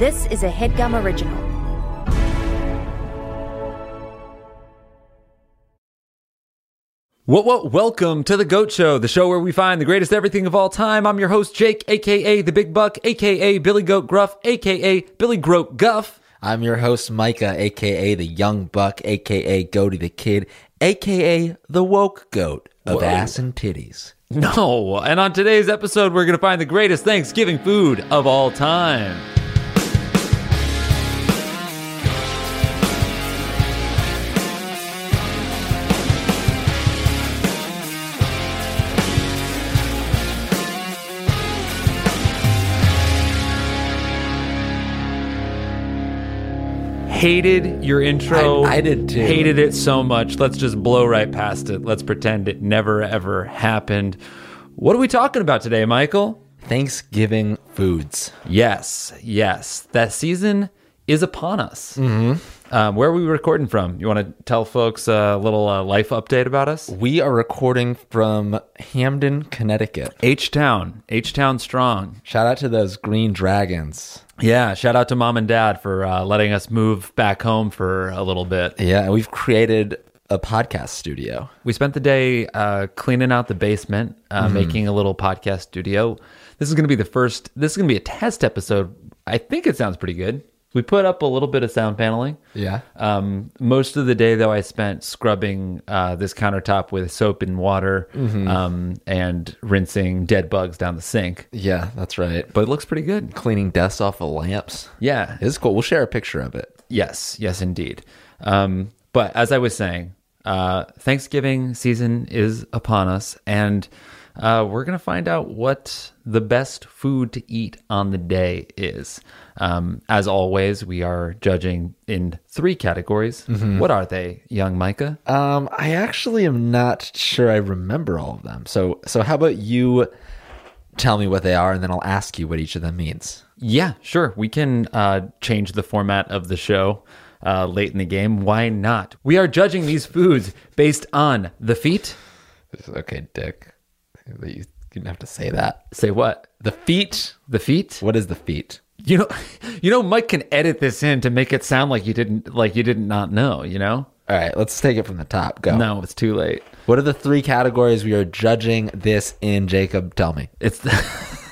This is a headgum original. What, what, welcome to The GOAT Show, the show where we find the greatest everything of all time. I'm your host, Jake, aka The Big Buck, aka Billy Goat Gruff, aka Billy Groat Guff. I'm your host, Micah, aka the Young Buck, aka Goaty the Kid, aka the Woke Goat of Whoa. Ass and Titties. No, and on today's episode, we're going to find the greatest Thanksgiving food of all time. Hated your intro. I- I did too. Hated hated it so much. Let's just blow right past it. Let's pretend it never ever happened. What are we talking about today, Michael? Thanksgiving foods. Yes, yes. That season is upon us. Mm-hmm. Um, where are we recording from? You want to tell folks a little uh, life update about us? We are recording from Hamden, Connecticut. H Town, H Town Strong. Shout out to those green dragons. Yeah, shout out to mom and dad for uh, letting us move back home for a little bit. Yeah, we've created a podcast studio. We spent the day uh, cleaning out the basement, uh, making a little podcast studio. This is going to be the first. This is going to be a test episode. I think it sounds pretty good. We put up a little bit of sound paneling. Yeah. Um, most of the day, though, I spent scrubbing uh, this countertop with soap and water, um, and rinsing dead bugs down the sink. Yeah, that's right. But it looks pretty good. Cleaning dust off of lamps. Yeah. It's cool. We'll share a picture of it. Yes, yes, indeed. Um, but as I was saying, uh, Thanksgiving season is upon us, and uh, we're going to find out what the best food to eat on the day is. Um, as always, we are judging in three categories. What are they, young Micah? Um, I actually am not sure I remember all of them. So, so how about you tell me what they are, and then I'll ask you what each of them means. Yeah, sure. We can uh, change the format of the show uh, late in the game. Why not? We are judging these foods based on the feet. Okay, Dick. You didn't have to say that. Say what? The feet. The feet? What is the feet? You know, you know, Mike can edit this in to make it sound like you didn't, like you did not know. You know, All right, let's take it from the top. Go. no, it's too late. What are the three categories we are judging this in, Jacob? Tell me. It's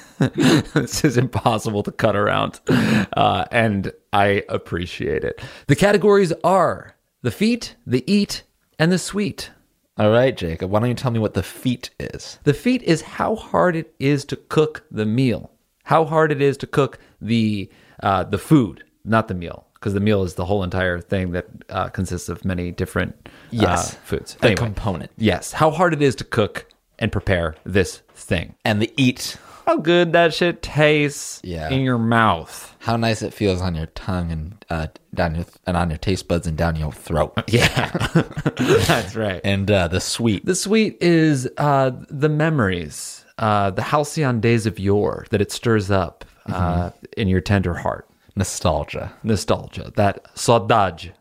this is impossible to cut around, uh, and I appreciate it. The categories are the feet, the eat, and the sweet. All right, Jacob. Why don't you tell me what the feet is? The feat is how hard it is to cook the meal. How hard it is to cook the uh, the food, not the meal, because the meal is the whole entire thing that uh, consists of many different uh, Yes. foods. The Anyway. component. Yes, how hard it is to cook and prepare this thing. And the eat. How good that shit tastes Yeah. in your mouth. How nice it feels on your tongue and uh, down your and on your taste buds and down your throat. Yeah, that's right. And uh, the sweet. The sweet is uh, the memories, uh, the halcyon days of yore that it stirs up uh, in your tender heart. Nostalgia. nostalgia, that saudade,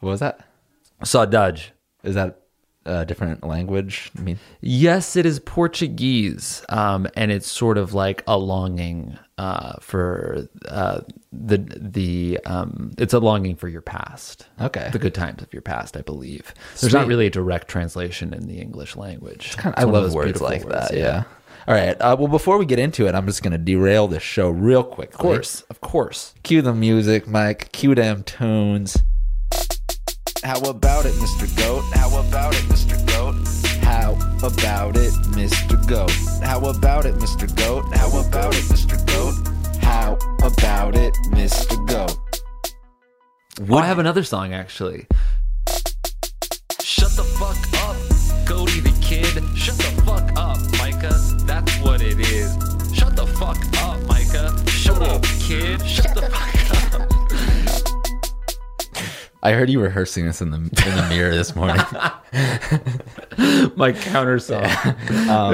What was that? saudade. Is that a different language? I mean, Yes, it is Portuguese, um, and it's sort of like a longing uh, for uh, the the um, it's a longing for your past, Okay. the good times of your past. I believe there's not Sweet. really a direct translation in the English language. I love words like that. Yeah. All right. Uh, well, before we get into it, I'm just going to derail this show real quick. of course, of course. Cue the music, Mike. Cue them tunes. How about it, Mr. Goat? How about it, Mr. Goat? How about it, Mr. Goat? How about it, Mr. Goat? How about it, Mr. Goat? How about it, Mr. Goat? I have another song actually. Shut the fuck up, Cody the kid. Shut the fuck up, Micah. That's what it is. Shut the fuck up, Micah. Shut up, kid. Shut the fuck up. I heard you rehearsing this in the in the mirror this morning. my counter song. if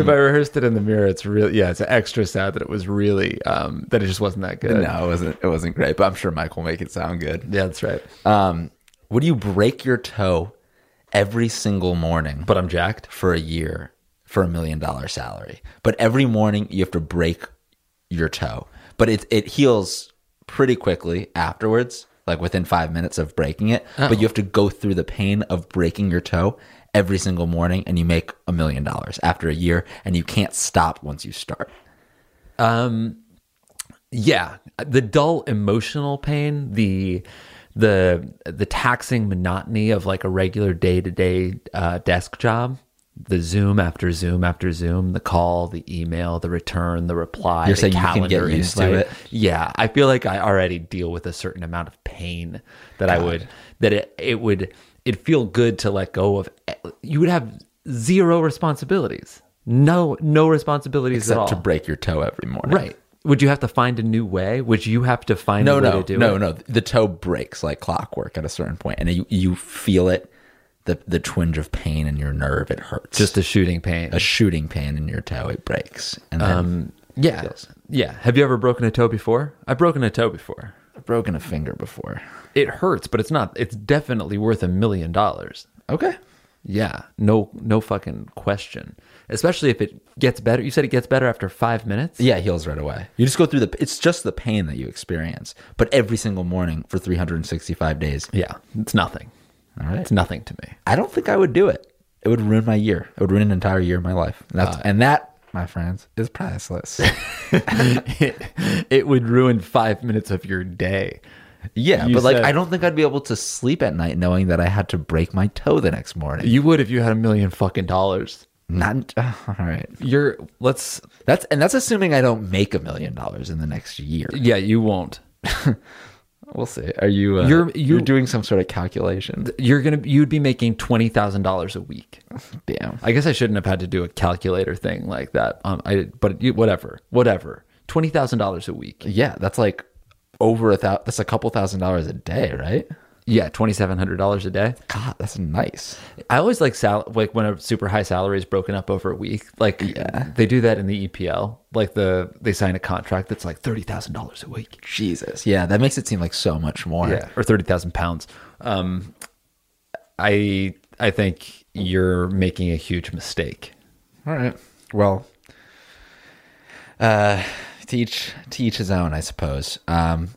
I rehearsed it in the mirror, it's really yeah, it's extra sad that it was really um, that it just wasn't that good. No, it wasn't. It wasn't great, but I'm sure Mike will make it sound good. Yeah, that's right. Um, would you break your toe every single morning, But I'm jacked. for a year for a million dollar salary? But every morning you have to break your toe, but it it heals pretty quickly afterwards, like within five minutes of breaking it. But you have to go through the pain of breaking your toe every single morning, and you make a million dollars after a year, and you can't stop once you start. yeah the dull emotional pain the the the taxing monotony of like a regular day-to-day uh, desk job the zoom after zoom after zoom the call the email the return the reply You're the saying you can get calendar used to invite. it? yeah i feel like i already deal with a certain amount of pain that i would that it, it would it feel good to let go of eh, you would have zero responsibilities no no responsibilities at all Except to break your toe every morning. Right. Would you have to find a new way? Would you have to find No, a way no, to do no, it? no. The toe breaks like clockwork at a certain point, and you, you feel it, the the twinge of pain in your nerve. It hurts. Just a shooting pain. a shooting pain in your toe. It breaks, and then yeah. feels. Yeah. Have you ever broken a toe before? I've broken a toe before. I've broken a finger before. It hurts, but it's not it's definitely worth a million dollars. Okay. Yeah. No no fucking question. Especially if it gets better. You said it gets better after 5 minutes? Yeah, it heals right away. You just go through the. It's just the pain that you experience, but every single morning for 365 days. Yeah. It's nothing. All right. It's nothing to me. I don't think I would do it. It would ruin my year. It would ruin an entire year of my life. And That's, and that, my friends, is priceless. it, it would ruin 5 minutes of your day. yeah, You but like, said- I don't think I'd be able to sleep at night knowing that I had to break my toe the next morning. You would if you had a million fucking dollars. Not all right. You're let's That's and that's assuming I don't make a million dollars in the next year. yeah, you won't. We'll see. Are you? Uh, You're- you're, you- you're doing some sort of calculation. you're gonna you'd be making twenty thousand dollars a week. Damn. I guess I shouldn't have had to do a calculator thing like that. Um, I but you, whatever, whatever. Twenty thousand dollars a week. Yeah, that's like over a thousand. That's a couple thousand dollars a day, right? Yeah, twenty seven hundred dollars a day. God, that's nice. I always like sal like when a super high salary is broken up over a week. Like they do that in the EPL. Like the they sign a contract that's like thirty thousand dollars a week. Jesus. Yeah, that makes it seem like so much more. or thirty thousand pounds. Um, I I think you're making a huge mistake. All right. Well, uh, to each to each his own, I suppose. Um,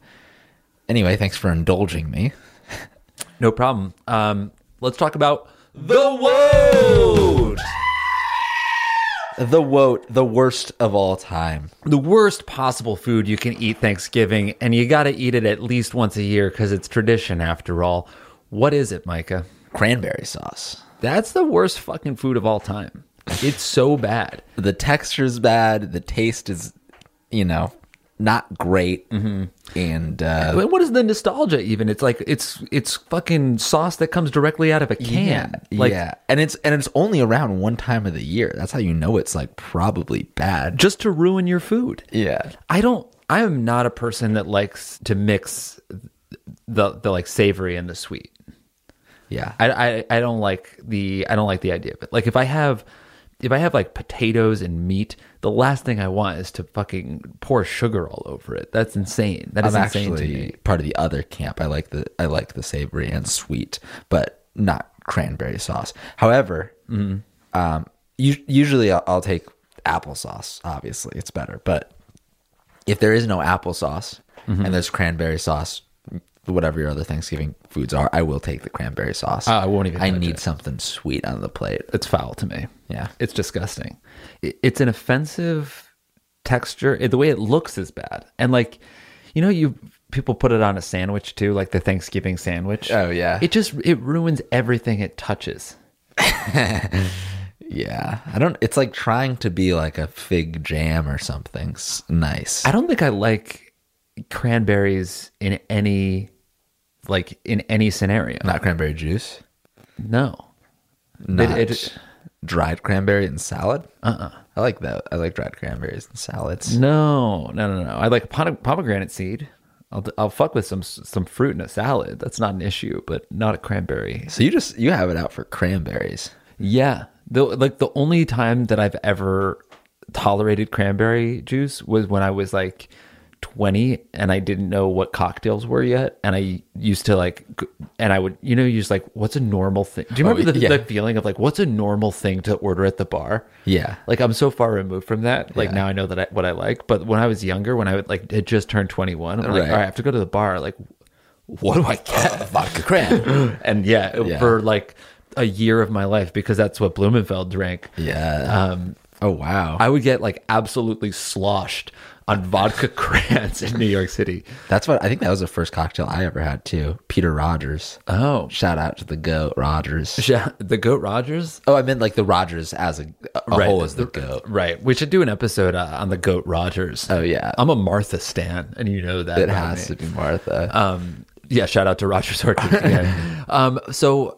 anyway, thanks for indulging me. No problem. Um, let's talk about the woad. The woat, the worst of all time. The worst possible food you can eat Thanksgiving, and you got to eat it at least once a year because it's tradition after all. What is it, Micah? Cranberry sauce. That's the worst fucking food of all time. It's so bad. The texture's bad. The taste is, you know, not great. And uh, But what is the nostalgia even? It's like it's it's fucking sauce that comes directly out of a can. Yeah, like yeah, and it's and it's only around one time of the year. That's how you know it's like probably bad. just to ruin your food. Yeah, I don't. I am not a person that likes to mix the the like savory and the sweet. yeah. I, I I don't like the I don't like the idea of it. Like if I have if I have like potatoes and meat, the last thing I want is to fucking pour sugar all over it. That's insane. That is I'm insane to me. actually part of the other camp. I like the I like the savory and sweet, but not cranberry sauce. However, Mm-hmm. um, u- usually I'll, I'll take applesauce. Obviously, it's better. But if there is no applesauce Mm-hmm. and there's cranberry sauce, whatever your other Thanksgiving foods are, I will take the cranberry sauce. Ah, I won't even I touch need it. something sweet on the plate. It's foul to me. Yeah. it's disgusting. It, it's an offensive texture. It- the way it looks is bad. And like, you know, you people put it on a sandwich too, like the Thanksgiving sandwich. Oh, yeah. It just it ruins everything it touches. Yeah, I don't. It's like trying to be like a fig jam or something s- nice. I don't think I like cranberries in any like in any scenario. Not cranberry juice. No. Not It- it- dried cranberry and salad. Uh. uh I like that. I like dried cranberries and salads. No, no, no, no. I like pom- pomegranate seed. I'll, I'll fuck with some some fruit in a salad. That's not an issue, but not a cranberry. So you just you have it out for cranberries. Yeah. The, like the only time that I've ever tolerated cranberry juice was when I was like 20 and I didn't know what cocktails were yet. And I used to like, g- and I would, you know, you're just like, what's a normal thing? Do you Oh, remember the, yeah. the feeling of like, what's a normal thing to order at the bar? Yeah. Like I'm so far removed from that. Like now I know that I, what I like. But when I was younger, when I would like had just turned 21, I'm like, Right. all right, I have to go to the bar. Like, what do I get? Vodka crab. and yeah, it- Yeah. for like a year of my life because that's what Blumenfeld drank. yeah. Um, oh wow. I would get like absolutely sloshed on vodka crans in New York City. That's what I think that was the first cocktail I ever had too. Peter Rogers. Oh, Shout out to the goat Rogers. Yeah, the Goat Rogers. Oh, I meant like the Rogers as a, a Right. whole as the goat. Right. We should do an episode uh, on the Goat Rogers. Oh, yeah. I'm a Martha Stan, and you know that. It about has me. to be Martha. Um, yeah. Shout out to Roger Sorkin. again. um, so,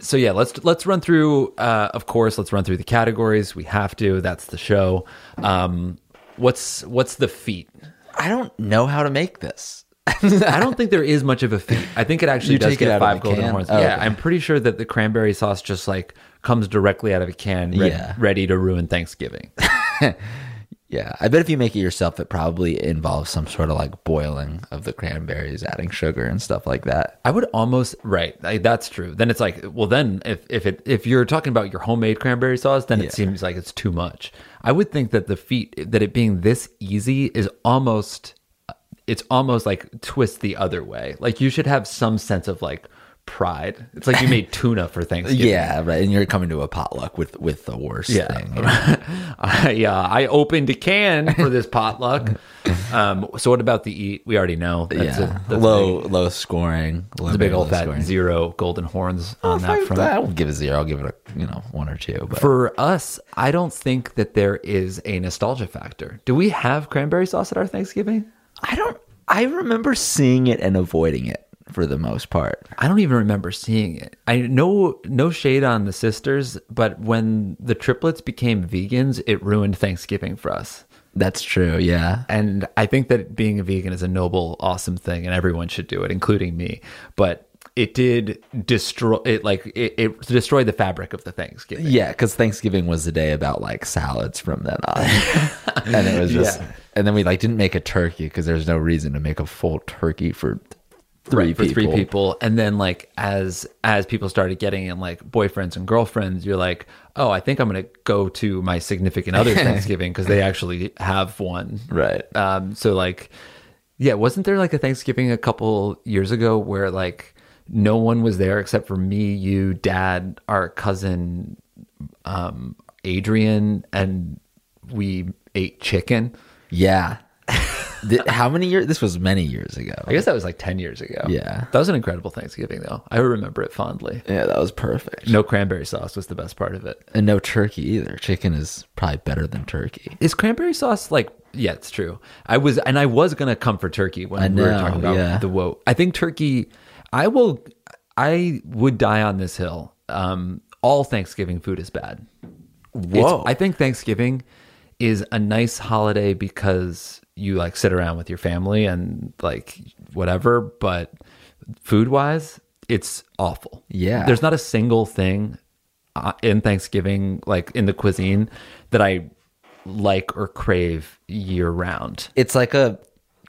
so yeah. Let's let's run through. Uh, of course, let's run through the categories. We have to. That's the show. Um, what's what's the feat? I don't know how to make this. I don't think there is much of a feat. I think it actually You does take it get out of five the golden can? horns. Oh, yeah, okay. I'm pretty sure that the cranberry sauce just like comes directly out of a can, re- Yeah. ready to ruin Thanksgiving. Yeah, I bet if you make it yourself, it probably involves some sort of like boiling of the cranberries, adding sugar and stuff like that. I would almost right. I, that's true. Then it's like, well, then if if it if you're talking about your homemade cranberry sauce, then Yeah. it seems like it's too much. I would think that the feat that it being this easy is almost it's almost like twist the other way. Like you should have some sense of like pride. It's like you made tuna for Thanksgiving. Yeah, right. And you're coming to a potluck with with the worst Yeah. thing. I, uh, I opened a can for this potluck. Um, so what about the eat? We already know. That's a- yeah, that's a big- low low scoring. Low the big low old fat scoring. zero golden horns on that I- front. Oh, I won't give it a zero. I'll give it a you know one or two. But For us, I don't think that there is a nostalgia factor. Do we have cranberry sauce at our Thanksgiving? I don't. I remember seeing it and avoiding it for the most part. I don't even remember seeing it. I no no shade on the sisters, but when the triplets became vegans, it ruined Thanksgiving for us. That's true. Yeah. And I think that being a vegan is a noble, awesome thing, and everyone should do it, including me. But it did destroy it, like it, it destroyed the fabric of the Thanksgiving. Yeah, because Thanksgiving was the day about like salads from then on, and it was just, Yeah. and then we like didn't make a turkey because there's no reason to make a full turkey for three Right, for people. three people and then like as as people started getting in like boyfriends and girlfriends you're like oh i think i'm gonna go to my significant other's thanksgiving because they actually have one Right. um so like yeah wasn't there like a thanksgiving a couple years ago where like no one was there except for me you dad our cousin um adrian and we ate chicken Yeah. Th- how many years? This was many years ago. i guess that was like 10 years ago Yeah. that was an incredible thanksgiving though i remember it fondly Yeah, that was perfect. No cranberry sauce was the best part of it. and no turkey either. Chicken is probably better than turkey. Is cranberry sauce like? Yeah, it's true. I was and I was gonna come for turkey when I we were know, talking about yeah. the woe. I think turkey. I will. I would die on this hill. Um, all Thanksgiving food is bad. It's- I think Thanksgiving is a nice holiday because you like sit around with your family and like whatever, but food wise, it's awful. Yeah. There's not a single thing uh, in Thanksgiving, like in the cuisine, that I like or crave year round. it's like a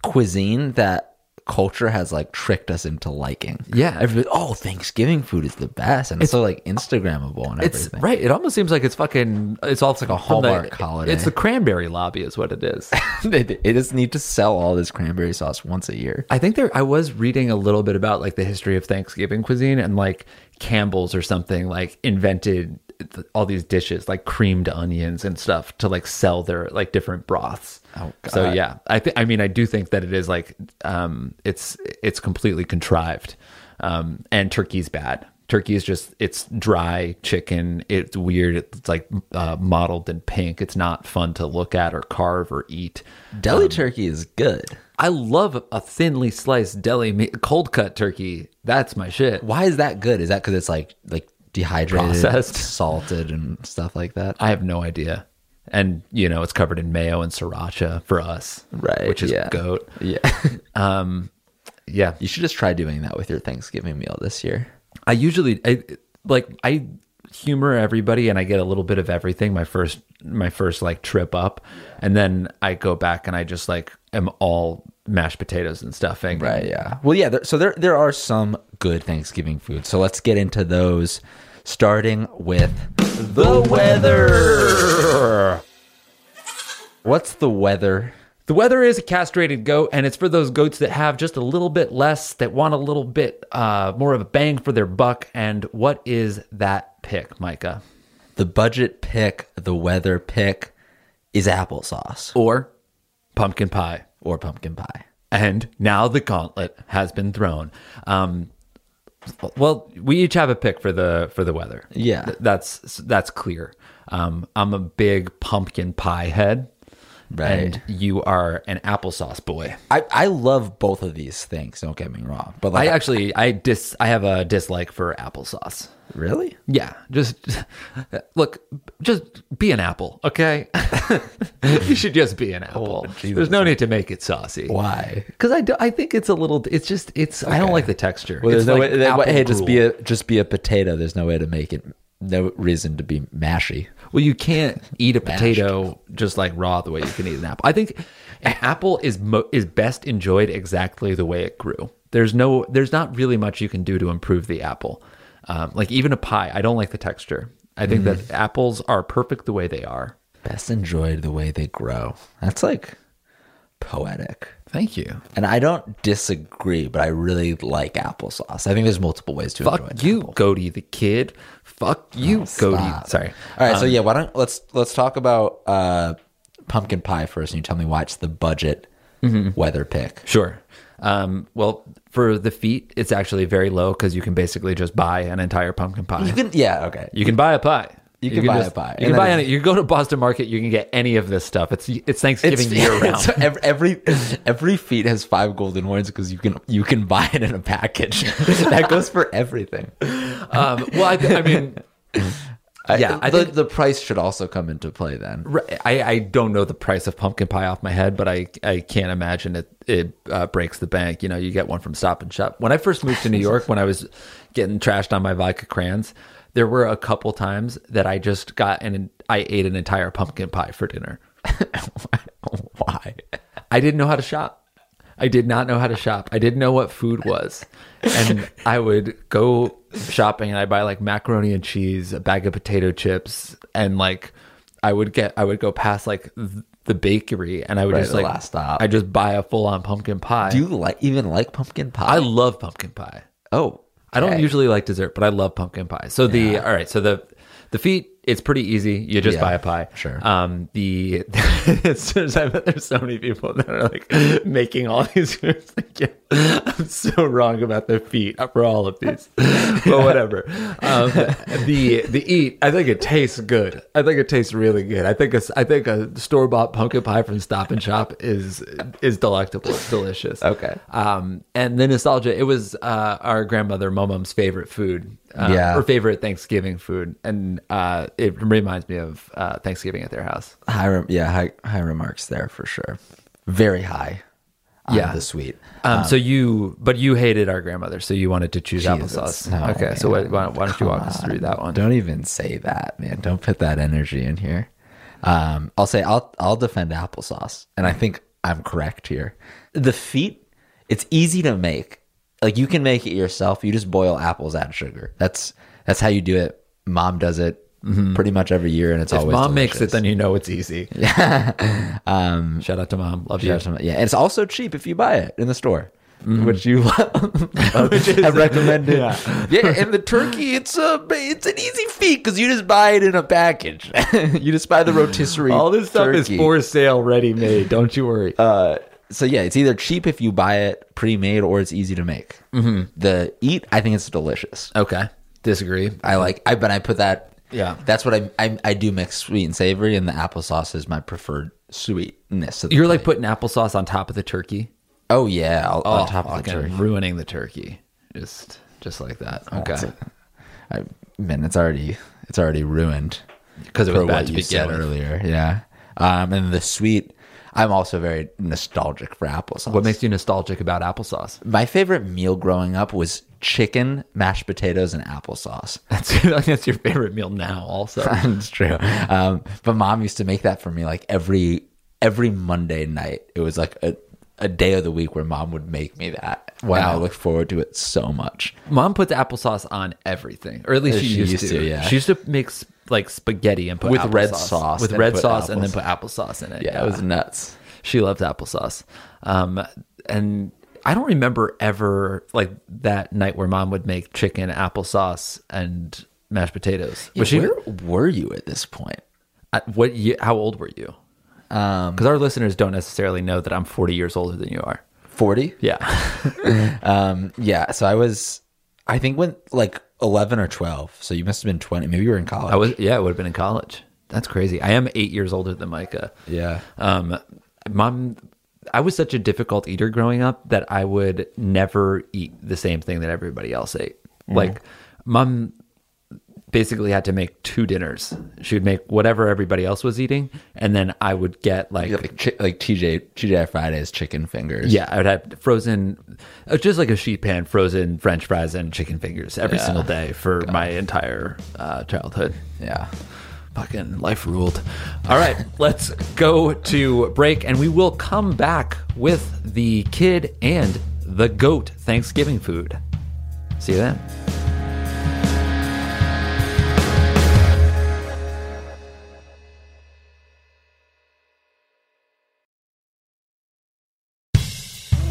cuisine that culture has like tricked us into liking. Yeah. Everybody, oh, Thanksgiving food is the best. And it's, so like Instagrammable and It's everything. right. It almost seems like it's fucking. It's all like a Hallmark holiday. It's the cranberry lobby, is what it is. they, they just need to sell all this cranberry sauce once a year. I think there I was reading a little bit about like the history of Thanksgiving cuisine and like Campbell's or something like invented th- all these dishes like creamed onions and stuff to like sell their like different broths. Oh, So God. yeah, I think I mean I do think that it is like um it's it's completely contrived. Um and turkey's bad. Turkey is just it's dry chicken. It's weird. It's like uh, mottled in pink. It's not fun to look at or carve or eat. Deli turkey is good. I love a thinly sliced deli meat, cold cut turkey. That's my shit. Why is that good? Is that because it's like like dehydrated, Processed. salted, and stuff like that? I have no idea. And you know, it's covered in mayo and sriracha for us, Right, Which is yeah. goat. Yeah, Yeah, you should just try doing that with your Thanksgiving meal this year. I usually I, like I humor everybody and I get a little bit of everything my first my first like trip up and then I go back and I just like am all mashed potatoes and stuffing. Right. Yeah. Well, yeah. There, so there there are some good Thanksgiving foods. So let's get into those, starting with the weather. What's the weather? The weather is a castrated goat, and it's for those goats that have just a little bit less, that want a little bit uh, more of a bang for their buck. And what is that pick, Micah? The budget pick, the weather pick, is applesauce Or pumpkin pie. or pumpkin pie. And now the gauntlet has been thrown. Um, well, we each have a pick for the for the weather. Yeah. Th- that's that's clear. Um, I'm a big pumpkin pie head, and you are an applesauce boy. I, I love both of these things. Don't get me wrong, but I like, actually I dis I have a dislike for applesauce. really, Yeah, just look, just be an apple, okay? you should just be an apple. There's no need to make it saucy. why? Because I, do, I think it's a little. It's just. It's. I don't like the texture. Well, it's there's no like way. That, apple hey, just be gruel. a just be a potato. There's no way to make it. No reason to be mashy. Well, you can't eat a potato just like raw the way you can eat an apple. I think an apple is mo- is best enjoyed exactly the way it grew. There's no. There's not really much you can do to improve the apple. Um, like even a pie, I don't like the texture. I think Mm-hmm. that apples are perfect the way they are. Best enjoyed the way they grow. That's like poetic. Thank you. And I don't disagree, but I really like applesauce. I think there's multiple ways to enjoy Fuck it. you, Goaty the kid. Fuck you, Goaty. Stop. Sorry. Um, All right, so yeah, why don't let's let's talk about uh, pumpkin pie first, and you tell me why it's the budget Mm-hmm. weather pick. Sure. Um, well, for the feet, it's actually very low because you can basically just buy an entire pumpkin pie. You can, yeah, okay. You can buy a pie. You can buy a just- pie. You And can then buy any. it's- You go to Boston Market. You can get any of this stuff. It's it's Thanksgiving year round. so ev- every every feet has five golden horns because you can you can buy it in a package. that goes for everything. um, well, I, I mean, Yeah, I, I the, think- the price should also come into play then. re- I, I don't know the price of pumpkin pie off my head, but I I can't imagine it it uh, breaks the bank. You know, you get one from Stop and Shop. When I first moved to New York, when I was getting trashed on my vodka crayons, there were a couple times that I just got and I ate an entire pumpkin pie for dinner. Why? I didn't know how to shop. I did not know how to shop. I didn't know what food was. And I would go shopping and I'd buy like macaroni and cheese, a bag of potato chips, and like I would get, I would go past like th- the bakery and I would Right, just the like, last stop. I just buy a full on pumpkin pie. Do you like even like pumpkin pie? I love pumpkin pie. oh, I don't okay. usually like dessert, but I love pumpkin pie. So the all right, so the the feet, it's pretty easy. You just Yeah, buy a pie. sure. Um, the it's just, I bet there's so many people that are like making all these. groups. Like, yeah, I'm so wrong about the feet for all of these, but whatever. Um, the the eat, I think it tastes good. I think it tastes really good. I think a, I think a store bought pumpkin pie from Stop and Shop is is delectable. It's delicious. Okay. Um, and the nostalgia, it was uh, our grandmother, Momum's favorite food, uh, Yeah. her favorite Thanksgiving food. And uh, it reminds me of uh, Thanksgiving at their house. high rem- yeah high high remarks there for sure. Very high. on Yeah. the sweet. Um, so you, but you hated our grandmother, so you wanted to choose Jesus, applesauce. no, okay, so why, man. why don't- why don't you walk us Come through that one? Don't even say that, man. Don't put that energy in here. Um, I'll say I'll I'll defend applesauce, and I think I'm correct here. The feet, it's easy to make. Like you can make it yourself. You just boil apples, add sugar. That's that's how you do it. Mom does it pretty much every year, and it's Mm-hmm. If always mom makes it, delicious. then you know it's easy. Yeah. um, Shout out to mom. Love you. Yeah, and it's also cheap if you buy it in the store, Mm-hmm. which you have recommended. Yeah. and the turkey, it's a it's an easy feat because you just buy it in a package. you just buy the rotisserie. All this stuff turkey. Uh, is for sale, ready made. Don't you worry. So yeah, it's either cheap if you buy it pre-made or it's easy to make. Mm-hmm. The eat, I think it's delicious. okay. Disagree. I like. I but I put that. Yeah. that's what I I, I do mix sweet and savory, and the applesauce is my preferred sweetness. of the You're like plate. putting applesauce on top of the turkey. oh yeah, I'll- on top of the fucking turkey. ruining the turkey, just just like that. That's Okay, it. I man, it's already it's already ruined because it for was bad what to you said begin with. earlier. Yeah, um, and the sweet. I'm also very nostalgic for applesauce. What makes you nostalgic about applesauce? my favorite meal growing up was chicken, mashed potatoes, and applesauce. That's that's your favorite meal now. Also, That's true. Um, but mom used to make that for me like every every Monday night. It was like a a day of the week where mom would make me that. And I Wow. look forward to it so much. Mom puts applesauce on everything, or at Uh, least she, used, to. yeah. She used to make s- like spaghetti and put With red applesauce- sauce with and red put sauce, and then applesauce. put applesauce in it. Yeah, it was nuts. she loved applesauce. Um, and I don't remember ever like that night where mom would make chicken, applesauce, and mashed potatoes. Was she? where were you at this point? I- What? ye- How old were you? Um, Because our listeners don't necessarily know that I'm 40 years older than you are. 40? Yeah. Um, yeah. So I was, I think when like 11 or 12. So you must have been 20. Maybe you were in college. I was. Yeah, it would have been in college. That's crazy. I am eight years older than Micah. Yeah. Um, mom, I was such a difficult eater growing up that I would never eat the same thing that everybody else ate. Like, mom basically had to make two dinners. She would make whatever everybody else was eating, and then I would get like. Yeah, like, chi- like TJ, TJ Friday's chicken fingers. Yeah, I would have frozen, uh, just like a sheet pan, frozen French fries and chicken fingers every Yeah. single day for my entire uh, childhood. Yeah. Fucking life ruled. All right, let's go to break and we will come back with the kid and the goat Thanksgiving food. See you then.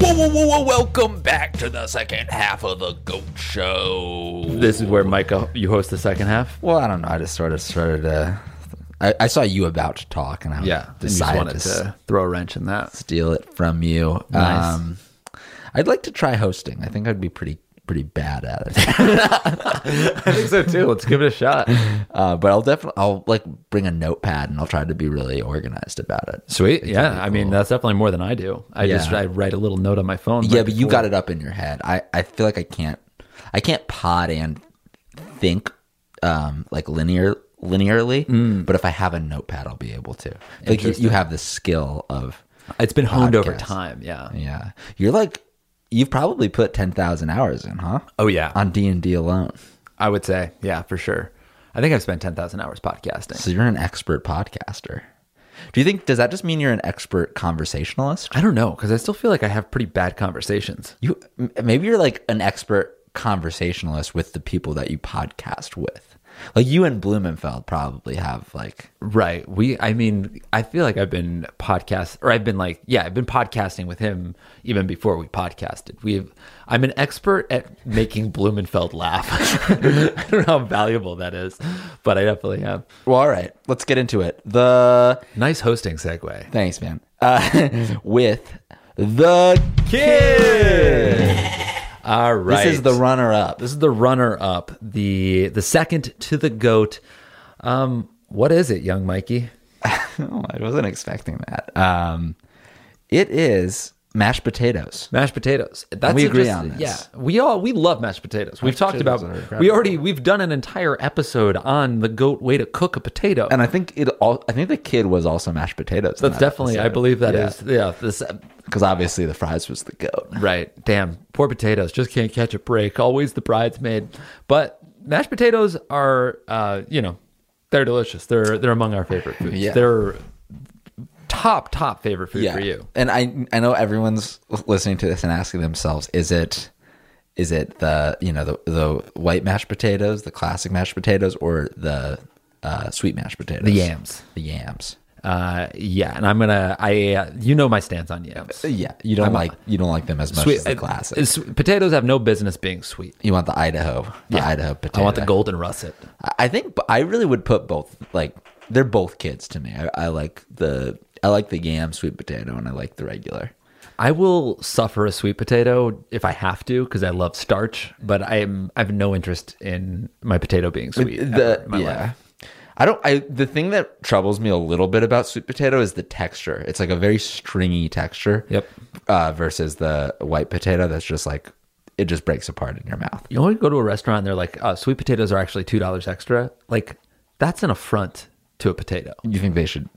Whoa, whoa, whoa, whoa. Welcome back to the second half of the GOAT Show. This is where Micah, you host the second half. Well, I don't know. I just sort of started, uh, I, I saw you about to talk and I and you just decided wanted to, s- to throw a wrench in that. steal it from you. Nice. Um, I'd like to try hosting. I think I'd be pretty, pretty bad at it. I think so too. Let's give it a shot. uh, but I'll definitely, I'll like bring a notepad and I'll try to be really organized about it. Sweet. Yeah. I mean, that's definitely more than I do. I just Yeah. I write a little note on my phone. yeah, right but you before. got it up in your head. I, I feel like I can't I can't pod and think um like linear linearly. But if I have a notepad, I'll be able to. Like you, you have the skill of It's been honed over podcast. time. Yeah. yeah. You're like you've probably put ten thousand hours in, huh? Oh, yeah. on D and D alone. I would say. Yeah, for sure. I think I've spent 10,000 hours podcasting. So you're an expert podcaster. Do you think does that just mean you're an expert conversationalist? I don't know because I still feel like I have pretty bad conversations. You m- maybe you're like an expert conversationalist with the people that you podcast with. Like you and Blumenfeld probably have like Right. We, I mean, I feel like I've been podcast or I've been like, yeah, I've been podcasting with him even before we podcasted. We've, I'm an expert at making Blumenfeld laugh. I don't know how valuable that is, but I definitely have. well, all right, let's get into it. The Nice hosting segue. thanks, man. Uh, with the Kid! All right. this is the runner up. This is the runner up, the the second to the goat. Um, what is it, young Mikey? Oh, I wasn't expecting that. Um, it is mashed potatoes. Mashed potatoes. That's we agree interesting. on this. Yeah, we all we love mashed potatoes. We've talked potatoes about. are incredible. We already we've done an entire episode on the goat way to cook a potato. And I think it all. I think the kid was also mashed potatoes. that's definitely, I believe that is, yeah. this because obviously the fries was the goat. right. Damn, poor potatoes just can't catch a break. Always the bridesmaid. But mashed potatoes are, uh, you know, they're delicious. They're they're among our favorite foods. Yeah. They're top top favorite food for you. And I I know everyone's listening to this and asking themselves, is it is it the you know the the white mashed potatoes, the classic mashed potatoes, or the uh, sweet mashed potatoes? The yams. The yams. Uh, yeah, and I'm gonna. I uh, you know my stance on yams. Yeah, you don't like you don't like them as much as Uh, the uh, classic. uh, s- potatoes have no business being sweet. you want the Idaho, the Yeah. Idaho potato. I want the golden russet. I- I think b- I really would put both. Like they're both kids to me. I, I like the I like the yam sweet potato, and I like the regular. I will suffer a sweet potato if I have to because I love starch, but I am I have no interest in my potato being sweet. ever the in my yeah. life. I don't. I the thing that troubles me a little bit about sweet potato is the texture. It's like a very stringy texture. Yep. Uh, versus the white potato that's just like it just breaks apart in your mouth. You only go to a restaurant and they're like, uh, sweet potatoes are actually two dollars extra. Like that's an affront to a potato. You think they should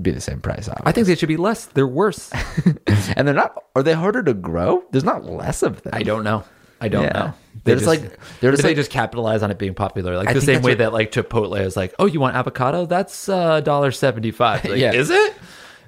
be the same price? Obviously. I think they should be less. They're worse. and they're not. Are they harder to grow? There's not less of them. I don't know. I don't Yeah. know. They're just like- they're just they like- just capitalize on it being popular, like I the think same that's way what- that like Chipotle is like, oh, you want uh, avocado? That's dollar seventy five. Like, Yeah. is it?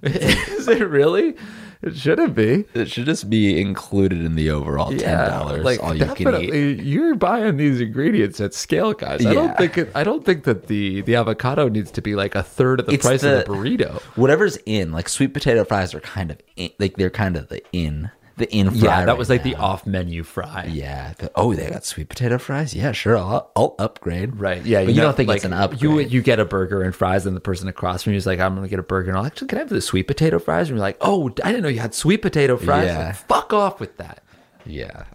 is it really? It shouldn't be. It should just be included in the overall ten dollars. all you can eat. definitely, You're buying these ingredients at scale, guys. I Yeah. don't think it, I don't think that the the avocado needs to be like a third of the It's price of the- the burrito. Whatever's in, like sweet potato fries, are kind of in, like they're kind of the in the in. Fry Yeah, that right was like the now. off menu fry. Yeah. the- oh, they got sweet potato fries. Yeah, sure. I'll, I'll upgrade. Right. Yeah. But you, know, don't think like, it's an upgrade? You you get a burger and fries, and the person across from you is like, "I'm gonna get a burger." And I'll actually can I have the sweet potato fries? And you're like, "Oh, I didn't know you had sweet potato fries." Yeah. Like, Fuck off with that. yeah.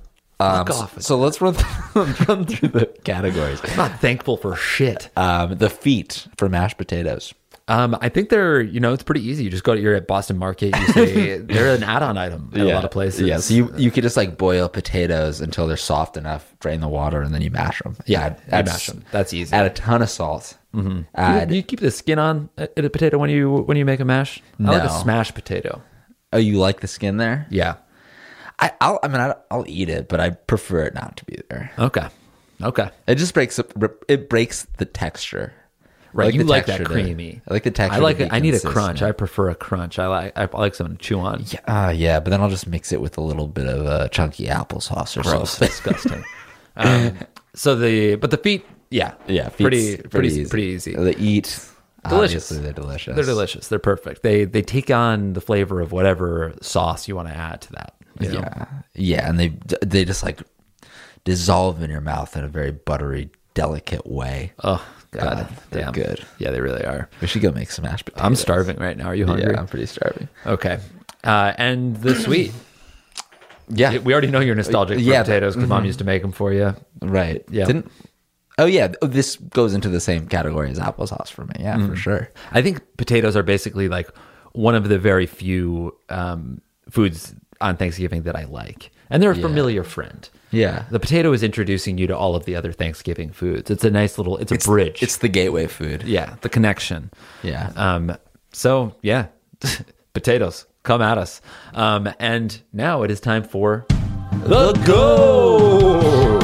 Um, Fuck off. So let's run, run through the categories. I'm not thankful for shit. Um, the feet for mashed potatoes. Um, I think they're you know it's pretty easy. You just go to you're at Boston Market. You say they're an add-on item at a lot of places. Yeah, so you, you could just like boil potatoes until they're soft enough, drain the water, and then you mash them. Yeah, I'd- You I'd mash 'em. That's easy. Add a ton of salt. Mm-hmm. Add, Do you keep the skin on at a potato when you when you make a mash? I like No. a smashed potato. oh, you like the skin there? Yeah. I, I'll, I mean, I, I'll eat it, but I prefer it not to be there. Okay. Okay. It just breaks up. It breaks the texture. Right. I you the like that texture to- creamy. I like the texture. I like. to be I need a consistent. crunch. I prefer a crunch. I like. I like something to chew on. Yeah, uh, yeah, but then I'll just mix it with a little bit of uh, chunky applesauce or Gross. something. disgusting. Um, so the but the feet. Yeah. Yeah, feet's Pretty pretty pretty easy. They eat. Delicious. Obviously, they're delicious. They're delicious. They're perfect. They they take on the flavor of whatever sauce you want to add to that. you know? Yeah, yeah, and they they just like dissolve in your mouth in a very buttery, delicate way. Oh God. they're damn. good. Yeah, they really are. we should go make some mashed potatoes. I'm starving right now. Are you hungry? Yeah, I'm pretty starving. Okay. Uh, and the sweet. Yeah, We already know you're nostalgic for Yeah, but- mm-hmm. potatoes because mom used to make them for you. right. Yeah. Didn't, oh yeah, oh, this goes into the same category as applesauce for me. Yeah, Mm. for sure. I think potatoes are basically like one of the very few um, foods on Thanksgiving that I like. And they're a familiar friend. Yeah. The potato is introducing you to all of the other Thanksgiving foods. It's a nice little, it's a bridge. It's the gateway food. yeah, the connection. Yeah. Um, so, yeah, potatoes, come at us. Um, and now it is time for the GOAT!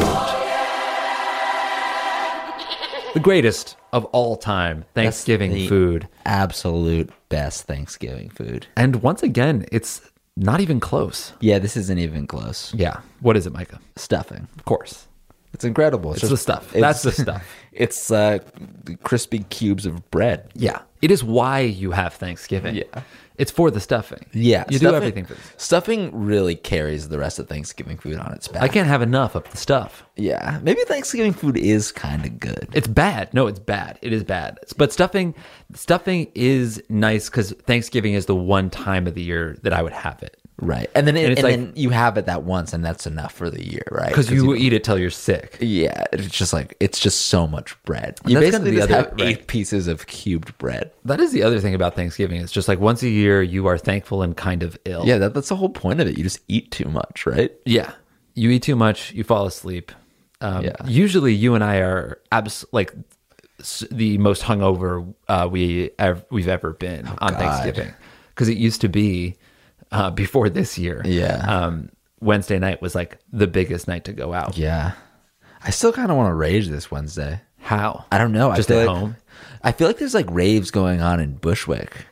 The greatest of all time Thanksgiving the food. Absolute best Thanksgiving food. And once again, it's not even close. Yeah, this isn't even close. Yeah. What is it, Micah? Stuffing. Of course. It's incredible. It's the stuff. That's the stuff. It's uh, crispy cubes of bread. Yeah. It is why you have Thanksgiving. Yeah. It's for the stuffing. Yeah, You do stuffing- everything for this. Stuffing really carries the rest of Thanksgiving food on its back. I can't have enough of the stuff. Yeah, maybe Thanksgiving food is kind of good. It's bad. No, it's bad. It is bad. But stuffing stuffing is nice cuz Thanksgiving is the one time of the year that I would have it. Right, and then it, And and, it's like- then you have it that once, and that's enough for the year, right? Cuz you, eat it till you're sick. yeah, it's just like it's just so much bread. You that's kinda basically the just other- have right. eight pieces of cubed bread. That is the other thing about Thanksgiving. It's just like once a year you are thankful and kind of ill. Yeah, that, that's the whole point of it. You just eat too much, right? Yeah. You eat too much, you fall asleep. Um, Yeah. Usually, you and I are abs- like s- the most hungover uh, we ev- we've ever been on Oh, God. Thanksgiving because it used to be uh, before this year. Yeah. Um, Wednesday night was like the biggest night to go out. Yeah, I still kind of want to rage this Wednesday. How? I don't know. Just I feel at like, home. I feel like there's like raves going on in Bushwick.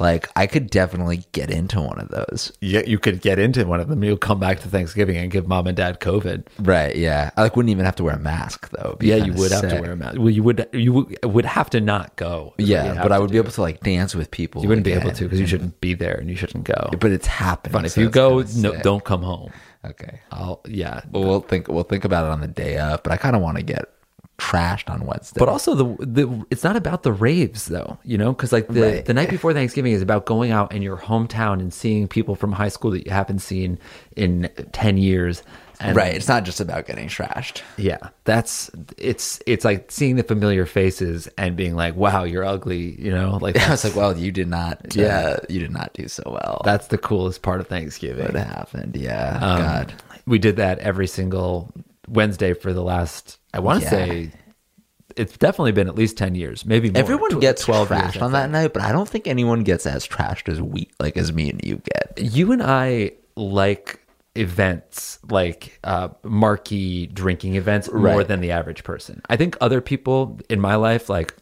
Like I could definitely get into one of those. Yeah, you could get into one of them. You'll come back to Thanksgiving and give mom and dad COVID. Right. Yeah. I like wouldn't even have to wear a mask though. It'd be Yeah, you kinda would have to sick. wear a mask. Well, you would you would- would have to not go. is what you'd Yeah, have but I to would be do. able to like dance with people. You wouldn't be able again. to because you shouldn't be there and you shouldn't go. But it's happening. Fine, if so you it's go, kinda no, sick. don't come home. Okay. I'll yeah. Well, we'll think we'll think about it on the day up. But I kind of want to get trashed on Wednesday. But also the the it's not about the raves though, you know, because like the Right. the night before Thanksgiving is about going out in your hometown and seeing people from high school that you haven't seen in ten years. And right, it's not just about getting trashed. Yeah, that's it's it's like seeing the familiar faces and being like, wow, you're ugly, you know, like I that's, was like, well, you did not. Yeah, you did not do so well. that's the coolest part of Thanksgiving. what happened. Yeah. Um, God. We did that every single Wednesday for the last, I want to Yeah. say, it's definitely been at least 10 years, maybe more. Everyone Tw- gets 12 years, trashed I on that think. night, but I don't think anyone gets as trashed as we like as me and you get. You and I like events like uh, marquee drinking events more Right. than the average person. I think other people in my life, like,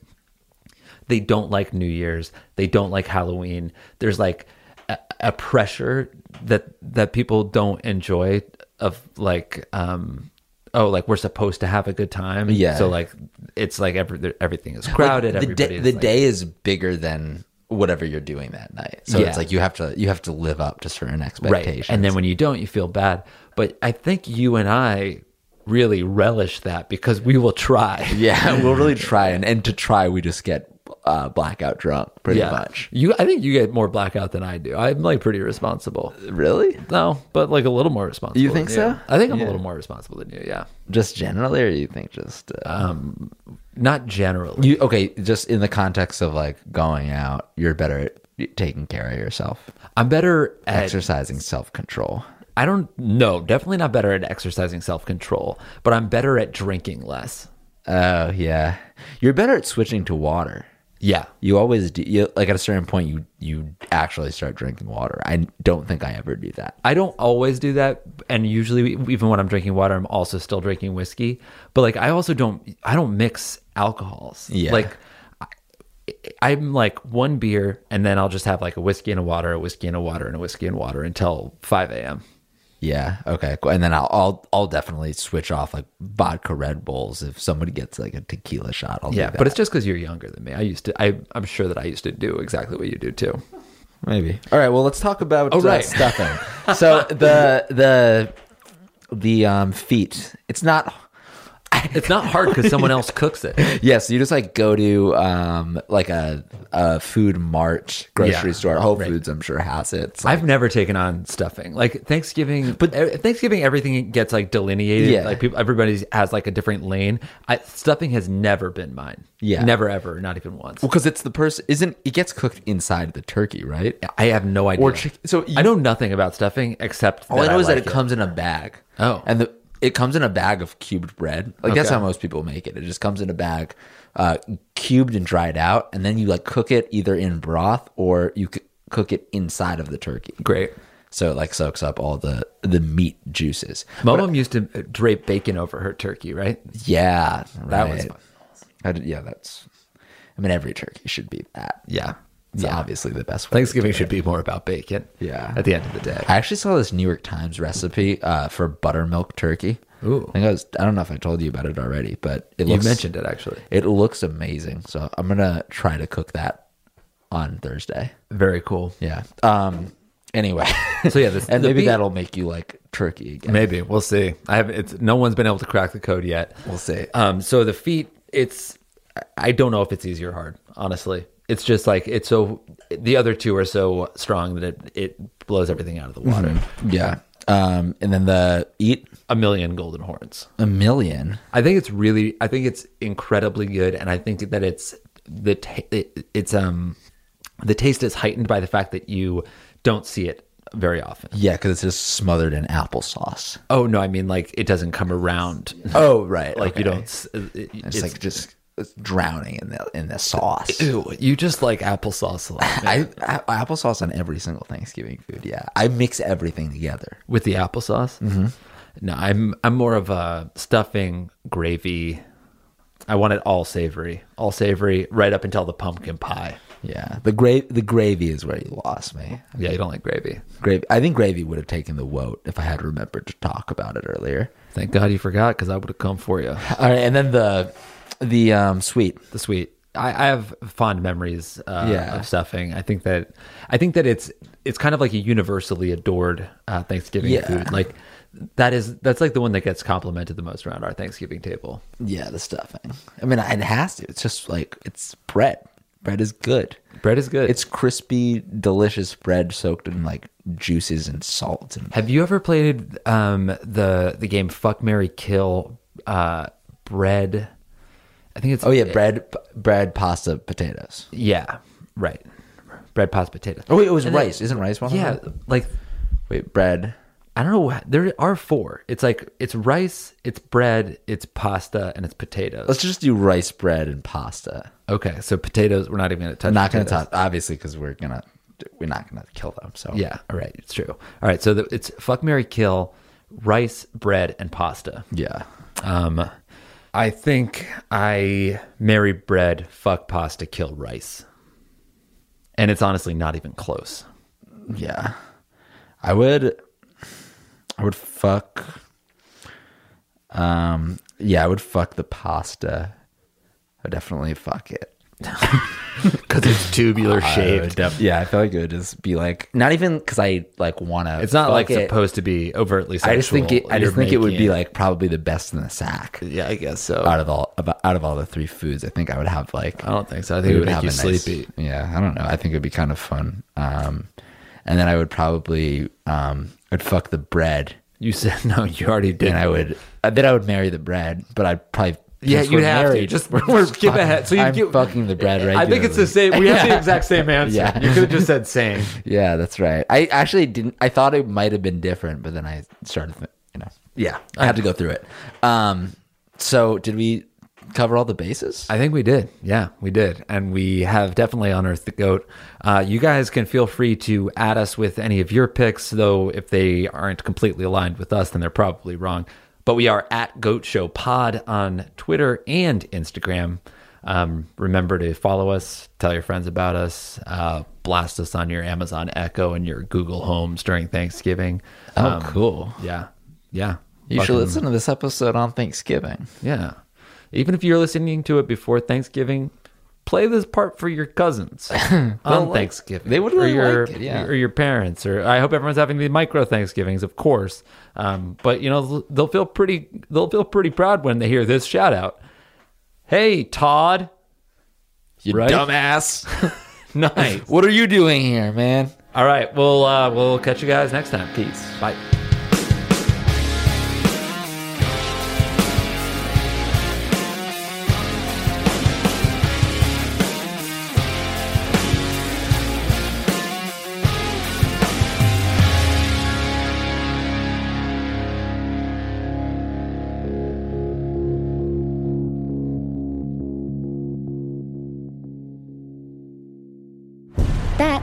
they don't like New Year's, they don't like Halloween. There's like, a- a pressure that that people don't enjoy of like um oh like we're supposed to have a good time Yeah. so like it's like every, everything is crowded the day, everybody is, the like- day is bigger than whatever you're doing that night. So Yeah. it's like you have to you have to live up to certain expectations. right and then when you don't you feel bad but i think you and i really relish that because we will try yeah, we'll really try, and and to try, we just get uh, blackout drunk pretty much. you i think you get more blackout than i do i'm like pretty responsible Really? no but like a little more responsible You than think so? i think i'm Yeah. a little more responsible than you yeah Just generally, or you think just uh, not generally you? Okay, just in the context of like going out, you're better at taking care of yourself, i'm better at exercising self control. I don't know. Definitely not better at exercising self control, but I'm better at drinking less. Oh yeah, you're better at switching to water. Yeah. You always do. You, like at a certain point, you you actually start drinking water. I don't think I ever do that. I don't always do that. And usually, even when I'm drinking water, I'm also still drinking whiskey. But like, I also don't, I don't mix alcohols. Yeah. Like, I- I'm like one beer and then I'll just have like a whiskey and a water, a whiskey and a water, and a whiskey and water until 5 a.m. Yeah. Okay. Cool. And then I'll I'll, I'll definitely switch off like vodka Red Bulls if somebody gets like a tequila shot. I'll Yeah. do that. But it's just because you're younger than me. I used to, I, I'm sure that I used to do exactly what you do too. maybe. All right. Well, let's talk about Oh, uh, right. stuffing. so the the the um feet. It's not. It's not hard because someone else cooks it. Yeah, so you just like go to um like a a food mart grocery Yeah. store. Whole Right. Foods, I'm sure has it. It's I've never taken on stuffing. Like Thanksgiving, but Thanksgiving, everything gets like delineated. Yeah. Like people, everybody has like a different lane. I, stuffing has never been mine. Yeah. never ever, not even once. Well, because it's the person isn't it gets cooked inside the turkey, right? I have no idea. Or chick- so you- I know nothing about stuffing except All I know is that like it comes in a bag. Oh. and the it comes in a bag of cubed bread. Like that's Okay. how most people make it. It just comes in a bag, uh, cubed and dried out, and then you like cook it either in broth or you c- cook it inside of the turkey. Great. So it like soaks up all the the meat juices. My mom used to uh, drape bacon over her turkey, right? Yeah, That was right. fun. I did- yeah, that's. I mean, every turkey should be that. Yeah. it's Yeah. obviously the best. Way to Thanksgiving do it. should be more about bacon. Yeah. At the end of the day. I actually saw this New York Times recipe uh, for buttermilk turkey. Ooh. I think I was. I don't know if I told you about it already, but it You looks, mentioned it actually. It looks amazing. So I'm gonna try to cook that on Thursday. Very cool. Yeah. Um. Anyway. So yeah, this, and the maybe beef- that'll make you like turkey again. Maybe we'll see. I have it's no one's been able to crack the code yet. We'll see. Um, so the feet, it's I don't know if it's easy or hard. Honestly, it's just like it's so the other two are so strong that it it blows everything out of the Mm-hmm. water. Yeah. Um. And then the eat A million golden horns. a million. I think it's really. I think it's incredibly good, and I think that it's the ta- it, it's um the taste is heightened by the fact that you don't see it very often. Yeah, because it's just smothered in applesauce. Oh no, I mean like it doesn't come around. Oh right. Like you okay. don't. s- It, It's, like just drowning in the in the sauce. Ew, you just like applesauce a lot. man. I, I applesauce on every single Thanksgiving food. Yeah, I mix everything together. with the applesauce. Mm-hmm. No, I'm I'm more of a stuffing gravy. I want it all savory, all savory, right up until the pumpkin pie. Yeah, the gra- the gravy is where you lost me. Yeah, you don't like gravy. Gravy. I think gravy would have taken the vote if I had remembered to talk about it earlier. Thank God you forgot, because I would have come for you. All right, and then the the um, sweet. The sweet. I, I have fond memories uh, Yeah. of stuffing. I think that I think that it's it's kind of like a universally adored uh, Thanksgiving Yeah. food. Like that is that's like the one that gets complimented the most around our Thanksgiving table. Yeah, the stuffing. I mean, it has to. It's just like it's bread. Bread is good. Bread is good. It's crispy, delicious bread soaked in like juices and salt and Have you ever played um, the the game Fuck Mary Kill uh, Bread? I think it's oh yeah, bread, p- bread, pasta, potatoes. yeah right bread pasta potatoes. Oh wait, it was And then- rice. Isn't rice one? of yeah, them? like Wait, bread. I don't know. wh- There are four. It's like it's rice, it's bread, it's pasta, and it's potatoes. Let's just do rice bread and pasta. okay, so potatoes. We're not even going to touch. I'm not going to potatoes. talk obviously because we're gonna we're not gonna kill them. So Yeah, all right, it's true. All right, so the, it's Fuck Mary Kill rice, bread, and pasta. yeah. Um, I think I marry bread, fuck pasta, kill rice. And it's honestly not even close. yeah. I would I would fuck um yeah, I would fuck the pasta. I would definitely fuck it. because it's tubular Uh, I would shaped. def- yeah, I feel like it would just be like not even because I like want to. It's not like supposed to be overtly sexual. I just think it. I You're just think it would making be like probably the best in the sack yeah, I guess so. out of all about, out of all the three foods. I think I would have like. I don't think so. I think it would make have you a nice- sleepy. yeah, I don't know. I think it'd be kind of fun. Um, and then I would probably um, I'd fuck the bread, You said no. You already did. and I would uh, then I would marry the bread, but I'd probably. Yeah, since you'd we're have to. married, Just- we're- we're- skip fuck- ahead. So you'd I'm get- fucking the bread right. I think it's the same. We have the exact same answer. Yeah. You could have just said same. Yeah, that's right. I actually didn't. I thought it might have been different, but then I started, th- you know. Yeah, I had to go through it. Um, so did we cover all the bases? I think we did. Yeah, we did. And we have definitely unearthed the goat. Uh, you guys can feel free to add us with any of your picks, though if they aren't completely aligned with us, then they're probably wrong. But we are at Goat Show Pod on Twitter and Instagram. Um, remember to follow us, tell your friends about us, uh, blast us on your Amazon Echo and your Google Homes during Thanksgiving. Oh, cool. Yeah. Yeah. You should um, Fucking- listen to this episode on Thanksgiving. yeah. Even if you're listening to it before Thanksgiving, play this part for your cousins on Thanksgiving. they would Or really your, like it, yeah. Or your parents. Or I hope everyone's having the micro Thanksgivings, of course. Um, but you know, they'll feel pretty. They'll feel pretty proud when they hear this shout out. Hey, Todd. You Right? dumbass! Nice. what are you doing here, man? All right. We'll uh, we'll catch you guys next time. Peace. Bye. That